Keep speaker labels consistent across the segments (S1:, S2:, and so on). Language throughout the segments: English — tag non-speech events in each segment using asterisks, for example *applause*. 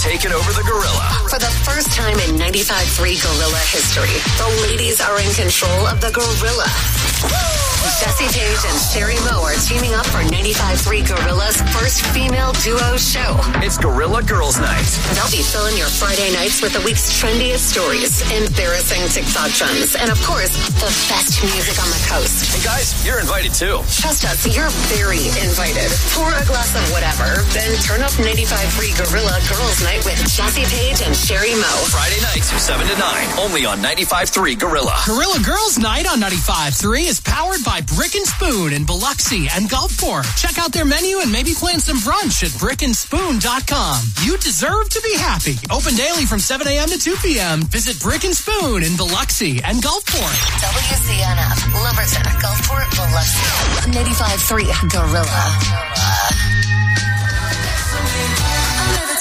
S1: taken over the gorilla.
S2: For the first time in 95.3 Gorilla history, the ladies are in control of the Gorilla. Jesse Page and Sherry Moe are teaming up for 95.3 Gorilla's first female duo show.
S1: It's Gorilla Girls Night.
S2: They'll be filling your Friday nights with the week's trendiest stories, embarrassing TikTok trends, and of course, the best music on the coast.
S1: And guys, you're invited too.
S2: Trust us, you're very invited. Pour a glass of whatever, then turn up 95.3 Gorilla Girls Night with Jesse Page and Sherry Moe.
S1: Friday nights from 7 to 9, only on 95.3 Gorilla.
S3: Gorilla Girls Night on 95.3 is powered by Brick and Spoon in Biloxi and Gulfport. Check out their menu and maybe plan some brunch at brickandspoon.com. You deserve to be happy. Open daily from 7 a.m. to 2 p.m. Visit Brick and Spoon in Biloxi and Gulfport.
S2: WCNF, Lumberton, Gulfport, Biloxi. 95.3 Gorilla.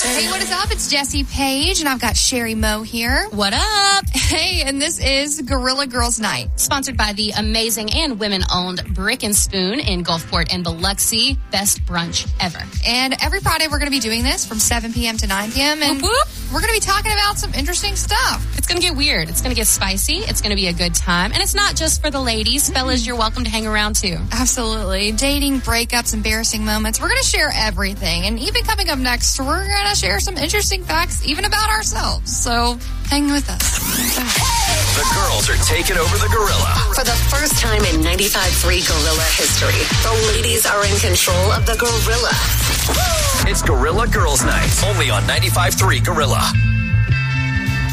S4: Hey, what is up? It's Jesse Page, and I've got Sherry Moe here.
S5: What up?
S4: Hey, and this is Gorilla Girls Night.
S5: Sponsored by the amazing and women owned Brick and Spoon in Gulfport and Biloxi. Best brunch ever.
S4: And every Friday, we're going to be doing this from 7 p.m. to 9 p.m. And
S5: Whoop, whoop.
S4: we're going to be talking about some interesting stuff.
S5: It's going to get weird. It's going to get spicy. It's going to be a good time. And it's not just for the ladies. Fellas, you're welcome to hang around too.
S4: Absolutely. Dating, breakups, embarrassing moments. We're going to share everything. And even coming up next, we're going to share some interesting facts, even about ourselves. So hang with us. *laughs*
S1: The girls are taking over the gorilla.
S2: For the first time in 95.3 Gorilla history, the ladies are in control of the Gorilla.
S1: It's Gorilla Girls Night, only on 95.3 Gorilla.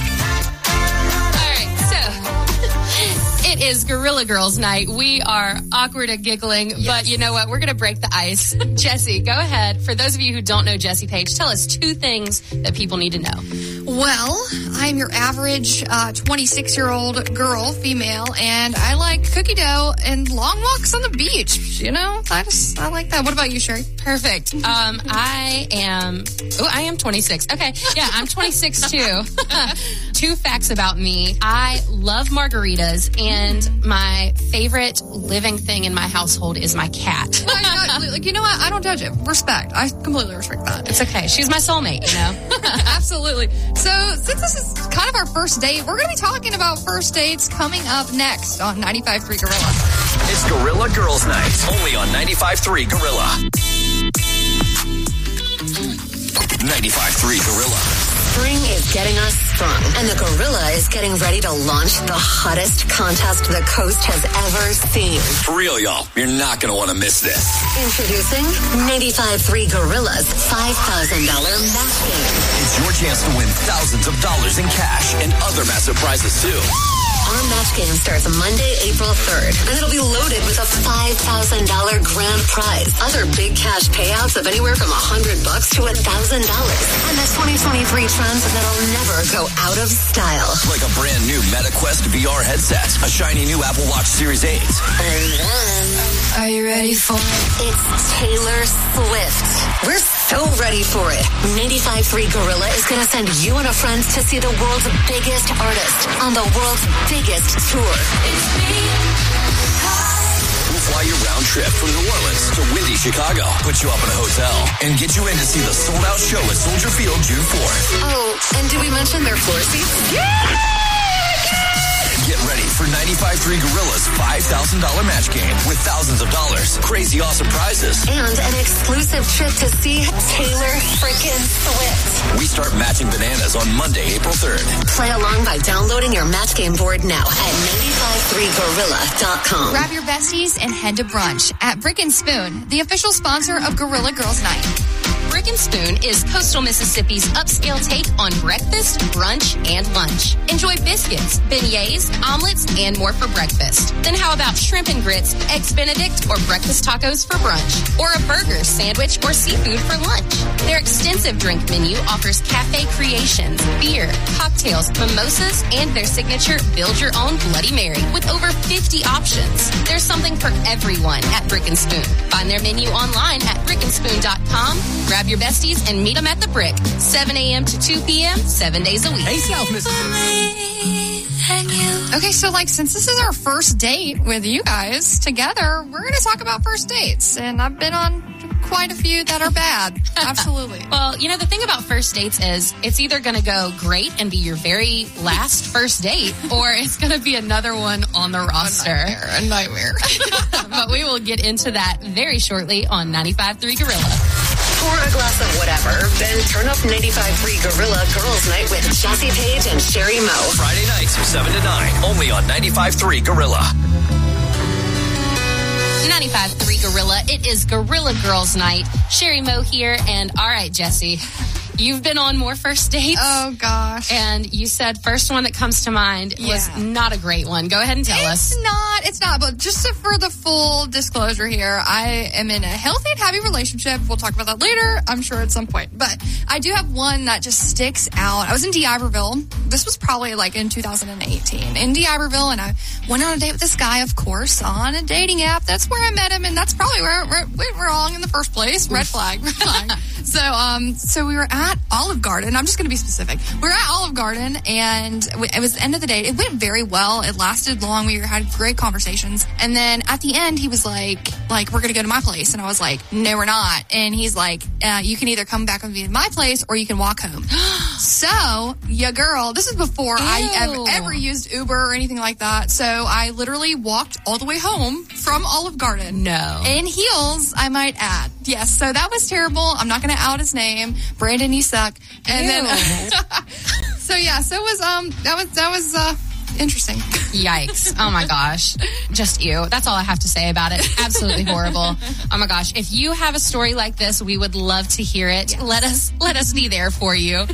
S5: All right, so *laughs* it is Gorilla Girls Night. We are awkward and giggling, but you know what? We're going to break the ice. Jesse, go ahead. For those of you who don't know Jesse Page, tell us two things that people need to know.
S4: Well, I'm your average 26 year old girl, female, and I like cookie dough and long walks on the beach. You know, I just, I like that. What about you, Sherry?
S5: Perfect. Um, I am. Oh, I am 26. Okay, yeah, I'm 26 too. *laughs* Two facts about me: I love margaritas, and my favorite living thing in my household is my cat.
S4: I, I- like, you know what? I don't judge it. Respect. I completely respect that.
S5: It's okay. She's my soulmate, you know.
S4: *laughs* Absolutely. So, since this is kind of our first date, we're going to be talking about first dates coming up next on 95.3 Gorilla.
S1: It's Gorilla Girls Night, only on 95.3 Gorilla. 95.3 Gorilla.
S2: Spring is getting us sprung, and the Gorilla is getting ready to launch the hottest contest the coast has ever seen.
S1: For real, y'all, you're not going to want to miss this.
S2: Introducing 95.3 Gorilla's $5,000 match game.
S1: It's your chance to win thousands of dollars in cash and other massive prizes, too.
S2: Our match game starts Monday, April 3rd, and it'll be loaded with a $5,000 grand prize, other big cash payouts of anywhere from 100 bucks to $1,000, and the 2023 trends that'll never go out of style.
S1: Like a brand new MetaQuest VR headset, a shiny new Apple Watch Series 8,
S2: And then...
S4: Are you ready for
S2: It's Taylor Swift. We're so ready for it. 95.3 Gorilla is going to send you and a friend to see the world's biggest artist on the world's biggest tour.
S1: We'll fly you round trip from New Orleans to windy Chicago, put you up in a hotel, and get you in to see the sold out show at Soldier Field June 4th.
S2: Oh, and did we mention their floor seats?
S1: Get ready for 95.3 Gorilla's $5,000 match game with thousands of dollars, crazy awesome prizes.
S2: And an exclusive trip to see Taylor freaking Swift.
S1: We start matching bananas on Monday, April 3rd.
S2: Play along by downloading your match game board now at 953gorilla.com.
S4: Grab your besties and head to brunch at Brick and Spoon, the official sponsor of Gorilla Girls Night.
S5: Brick and Spoon is coastal Mississippi's upscale take on breakfast, brunch, and lunch. Enjoy biscuits, beignets, omelets, and more for breakfast. Then how about shrimp and grits, eggs benedict, or breakfast tacos for brunch? Or a burger, sandwich, or seafood for lunch? Their extensive drink menu offers cafe creations, beer, cocktails, mimosas, and their signature Build Your Own Bloody Mary with over 50 options. There's something for everyone at Brick and Spoon. Find their menu online at brickandspoon.com. Grab your besties and meet them at the Brick, 7 a.m. to 2 p.m., seven days a week.
S3: Hey, South Mississippi.
S4: Okay, so like since this is our first date with you guys together, we're going to talk about first dates. And I've been on quite a few that are bad. Absolutely.
S5: Well, you know, the thing about first dates is it's either going to go great and be your very last first date, *laughs* or it's going to be another one on the roster.
S4: A nightmare.
S5: *laughs* but we will get into that very shortly on 95.3 Gorilla.
S2: Pour a glass of whatever, then turn up 95.3 Gorilla Girls Night with Jesse Page and Sherry Moe.
S1: Friday nights, 7 to 9, only on 95.3 Gorilla.
S5: 95.3 Gorilla. It is Gorilla Girls Night. Sherry Moe here, and all right, Jesse, you've been on more first dates.
S4: oh gosh.
S5: And you said first one that comes to mind
S4: Yeah.
S5: was not a great one. Go ahead and tell us.
S4: It's not. It's not. But just to- for the full disclosure here, I am in a healthy and happy relationship. We'll talk about that later, I'm sure, at some point. But I do have one that just sticks out. I was in DeIberville. This was probably like in 2018 in DeIberville, and I went on a date with this guy, of course, on a dating app. That's where I met him, and that's probably where it went wrong in the first place. Red flag. Red flag. *laughs* So, um, so we were at Olive Garden. I'm just going to be specific. We were at Olive Garden, and w- it was the end of the day. It went very well. It lasted long. We had great conversations, and then at the end, he was like, "Like we're going to go to my place," and I was like, "No, we're not." And he's like, uh, "You can either come back with me to my place, or you can walk home." so, yeah, girl, this is before I
S5: Ew.
S4: ever, ever used Uber or anything like that. So I literally walked all the way home from Olive Garden.
S5: No.
S4: In heels, I might add. Yes, so that was terrible. I'm not going to out his name. Brandon, you suck. And then, *laughs* so yeah, so it was um that was that was uh interesting.
S5: Yikes. Oh my gosh. Just you. That's all I have to say about it. Absolutely horrible. Oh my gosh. If you have a story like this, we would love to hear it. Let us let us be there for you.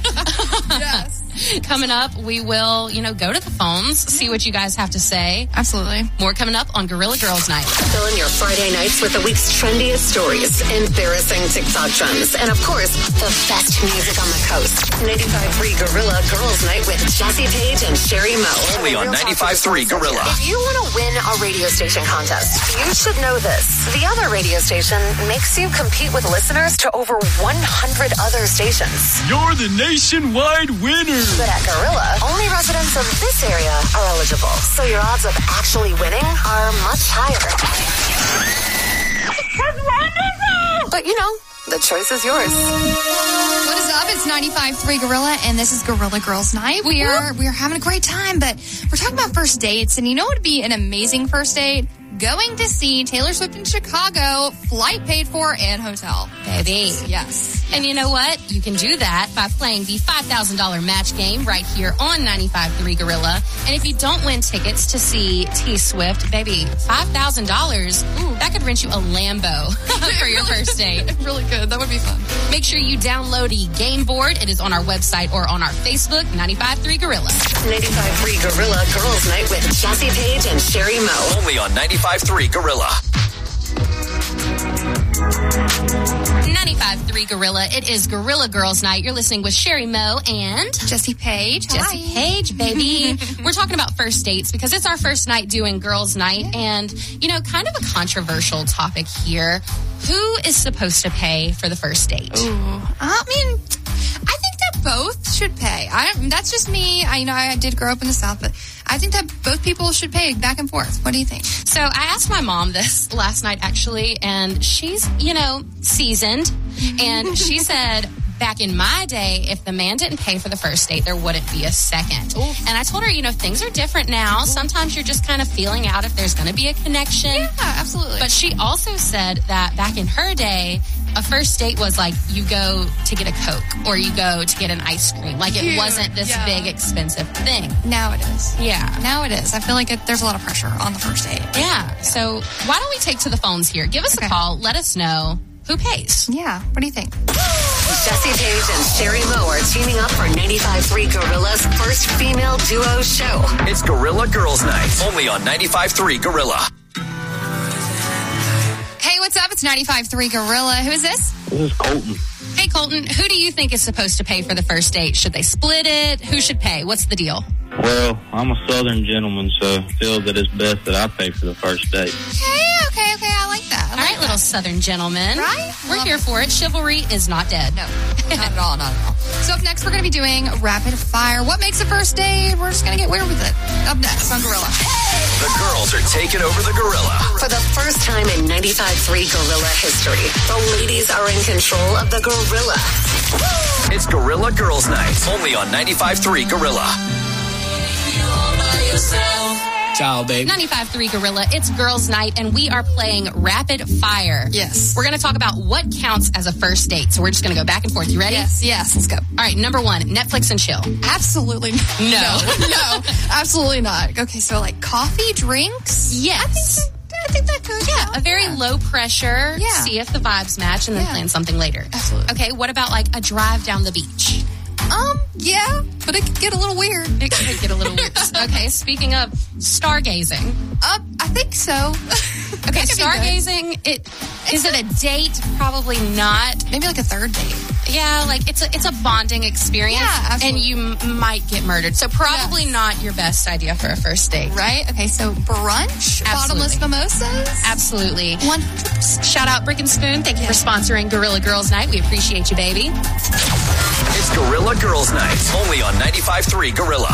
S4: yes,
S5: *laughs* coming up, we will, you know, go to the phones, see what you guys have to say.
S4: absolutely.
S5: More coming up on Gorilla Girls Night.
S2: Fill in your Friday nights with the week's trendiest stories, embarrassing TikTok trends, and of course, the best music on the coast. 95.3 Gorilla Girls Night with Jesse Page and Sherry Moe.
S1: Only on
S2: Real talk
S1: 95.3
S2: with your
S1: Gorilla.
S2: If you want to win a radio station contest, you should know this. The other radio station makes you compete with listeners to over 100 other stations.
S6: You're the nationwide winner.
S2: But at Gorilla, only residents of this area are eligible, so your odds of actually winning are much higher. But you know, the choice is yours.
S4: What is up? It's 95.3 Gorilla, and this is Gorilla Girls Night. We are we are having a great time, but we're talking about first dates, and you know what would be an amazing first date? Going to see Taylor Swift in Chicago, flight paid for, and hotel.
S5: Baby.
S4: Yes.
S5: And you know what? You can do that by playing the $5,000 match game right here on 95.3 Gorilla. And if you don't win tickets to see T Swift, baby, $5,000, ooh, that could rent you a Lambo *laughs*
S4: *laughs*
S5: for your first date.
S4: Really good. That would be fun.
S5: Make sure you download the game board. It is on our website or on our Facebook, 95.3 Gorilla.
S2: 95.3 Gorilla Girls Night with Jesse Page and Sherry Moe.
S1: Only on 95.3 Gorilla.
S5: 95.3 Gorilla. It is Gorilla Girls Night. You're listening with Sherry Moe and...
S4: Jesse Page.
S5: Jesse
S4: Hi.
S5: Page, baby. We're talking about first dates because it's our first night doing girls' night and, you know, kind of a controversial topic here. Who is supposed to pay for the first date?
S4: I mean, I think that both should pay. I that's just me. I you know I did grow up in the South, but I think that both people should pay back and forth. What do you think?
S5: So I asked my mom this *laughs* last night, actually, and she's, you know, seasoned. And she said, back in my day, if the man didn't pay for the first date, there wouldn't be a second. And I told her, you know, things are different now. Sometimes you're just kind of feeling out if there's going to be a connection.
S4: absolutely.
S5: But she also said that back in her day, a first date was like you go to get a Coke or you go to get an ice cream. Like it
S4: Cute,
S5: wasn't this
S4: yeah.
S5: big, expensive thing.
S4: now it is.
S5: Yeah.
S4: Now it is. I feel like it, there's a lot of pressure on the first date.
S5: Yeah. So why don't we take to the phones here? Give us a
S4: Okay.
S5: call. Let us know who pays.
S4: Yeah. What do you think?
S2: Jesse Page and Sherry Moe are teaming up for 95.3 Gorilla's first female duo show.
S1: It's Gorilla Girls Night. Only on 95.3 Gorilla.
S4: Hey, what's up? It's 95.3 Gorilla. Who is this?
S7: This is Colton.
S5: Hey, Colton, who do you think is supposed to pay for the first date? Should they split it? Who should pay? What's the deal?
S7: Well, I'm a southern gentleman, so I feel that it's best that I pay for the first date.
S4: Okay. Okay. Okay. I like that. I
S5: All
S4: like
S5: right, little Southern gentlemen.
S4: Right?
S5: We're
S4: Love
S5: here for it. Chivalry is not dead.
S4: No, *laughs* not at all, not at all. So up next, we're going to be doing rapid fire. What makes a first date? We're just going to get weird with it. Up next on Gorilla.
S1: The girls are taking over the gorilla.
S2: For the first time in 95.3 Gorilla history, the ladies are in control of the gorilla.
S1: It's Gorilla Girls Night, only on 95.3 Gorilla.
S3: Ciao, babe.
S5: 95.3 Gorilla, it's girls' night, and we are playing rapid fire.
S4: Yes.
S5: We're going to talk about what counts as a first date. So we're just going to go back and forth. You ready?
S4: Yes, yes, let's go.
S5: All right, number one, Netflix and chill.
S4: Absolutely not.
S5: No.
S4: No, *laughs* no, absolutely not. Okay, so like coffee, drinks?
S5: Yes.
S4: I think that goes
S5: Yeah,
S4: down.
S5: a very low pressure.
S4: Yeah.
S5: See if the vibes match and then
S4: Yeah.
S5: plan something later.
S4: Absolutely.
S5: Okay, what about like a drive down the beach?
S4: Um, yeah, but it could get a little weird.
S5: It could get a little weird. *laughs* okay, speaking of stargazing.
S4: Uh, I think so. *laughs* That
S5: Okay,
S4: could be good.
S5: stargazing, it is it a date? Probably not.
S4: Maybe like a third date.
S5: Yeah, like it's a it's a bonding experience,
S4: Yeah, absolutely.
S5: and you m- might get murdered. So probably
S4: Yes.
S5: not your best idea for a first date.
S4: Right? Okay, so brunch, bottomless
S5: Absolutely.
S4: mimosas.
S5: Absolutely.
S4: 100%.
S5: Shout out Brick and Spoon. Thank you for sponsoring Gorilla Girls Night. We appreciate you, baby.
S1: It's Gorilla Girls Night, only on 95.3 Gorilla.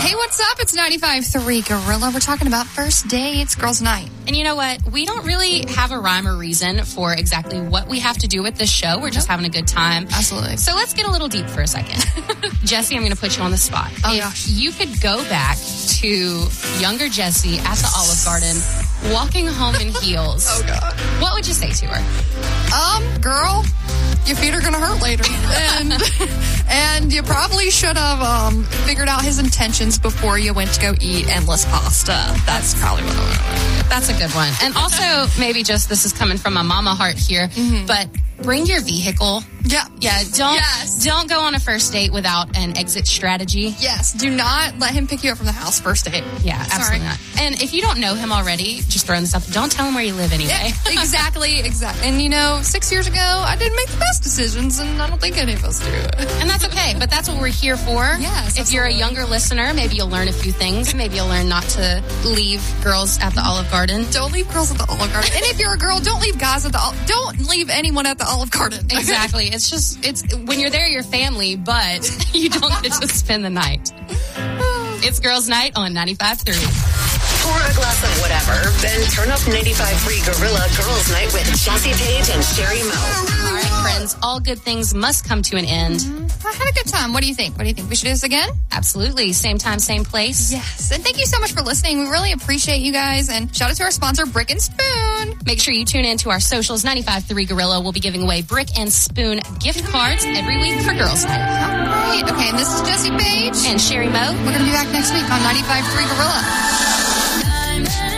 S4: Hey, what's up? It's 95.3 Gorilla. We're talking about first dates, girls' night.
S5: And you know what? We don't really have a rhyme or reason for exactly what we have to do with this show. We're just having a good time.
S4: Absolutely.
S5: So let's get a little deep for
S4: *laughs*
S5: a second. Jesse, I'm going to put you on the spot.
S4: Oh,
S5: if
S4: gosh.
S5: you could go back to younger Jesse at the Olive Garden, walking home
S4: *laughs*
S5: in heels,
S4: Oh, God.
S5: what would you say to her?
S4: Um, girl, your feet are gonna hurt later, and *laughs* and you probably should have um figured out his intentions before you went to go eat endless pasta. That's probably what I would.
S5: That's a good one. And also, maybe just this is coming from my mama heart here,
S4: Mm-hmm.
S5: but bring your vehicle.
S4: Yeah,
S5: Yeah, Uh, don't
S4: Yes.
S5: don't go on a first date without an exit strategy.
S4: Yes, do not let him pick you up from the house first date.
S5: Yeah,
S4: Sorry.
S5: absolutely not. And if you don't know him already, just throwing this up. Don't tell him where you live anyway.
S4: *laughs* exactly, exactly. And you know, six years ago, I didn't make the best decisions, and I don't think any of us do.
S5: and that's okay, but that's what we're here for.
S4: Yes,
S5: If you're a
S4: absolutely.
S5: younger listener, maybe you'll learn a few things. Maybe you'll learn not to leave girls at the Olive Garden.
S4: *laughs* Don't *laughs* leave girls at the Olive Garden. And if you're a girl, don't leave guys at the Olive Don't leave anyone at the Olive Garden. *laughs*
S5: Exactly. It's just it's when you're there, you're family, but *laughs* you don't get to spend the night. It's girls' night on 95.3.
S2: Pour a glass of whatever, then turn up 95.3 Gorilla Girls Night with Jesse Page and Sherry Moe.
S5: All right, friends. All good things must come to an end.
S4: I had Mm-hmm. a good time. What do you think? What do you think? We should do this again?
S5: Absolutely. Same time, same place.
S4: Yes. And thank you so much for listening. We really appreciate you guys. And shout out to our sponsor, Brick and Spoon.
S5: Make sure you tune in to our socials. 95.3 Gorilla will be giving away brick and spoon gift cards every week for girls' night.
S4: All right. Okay. And this is Jesse Page.
S5: And Sherry Moe.
S4: We're going to be back next week on 95.3 Gorilla.
S8: I'm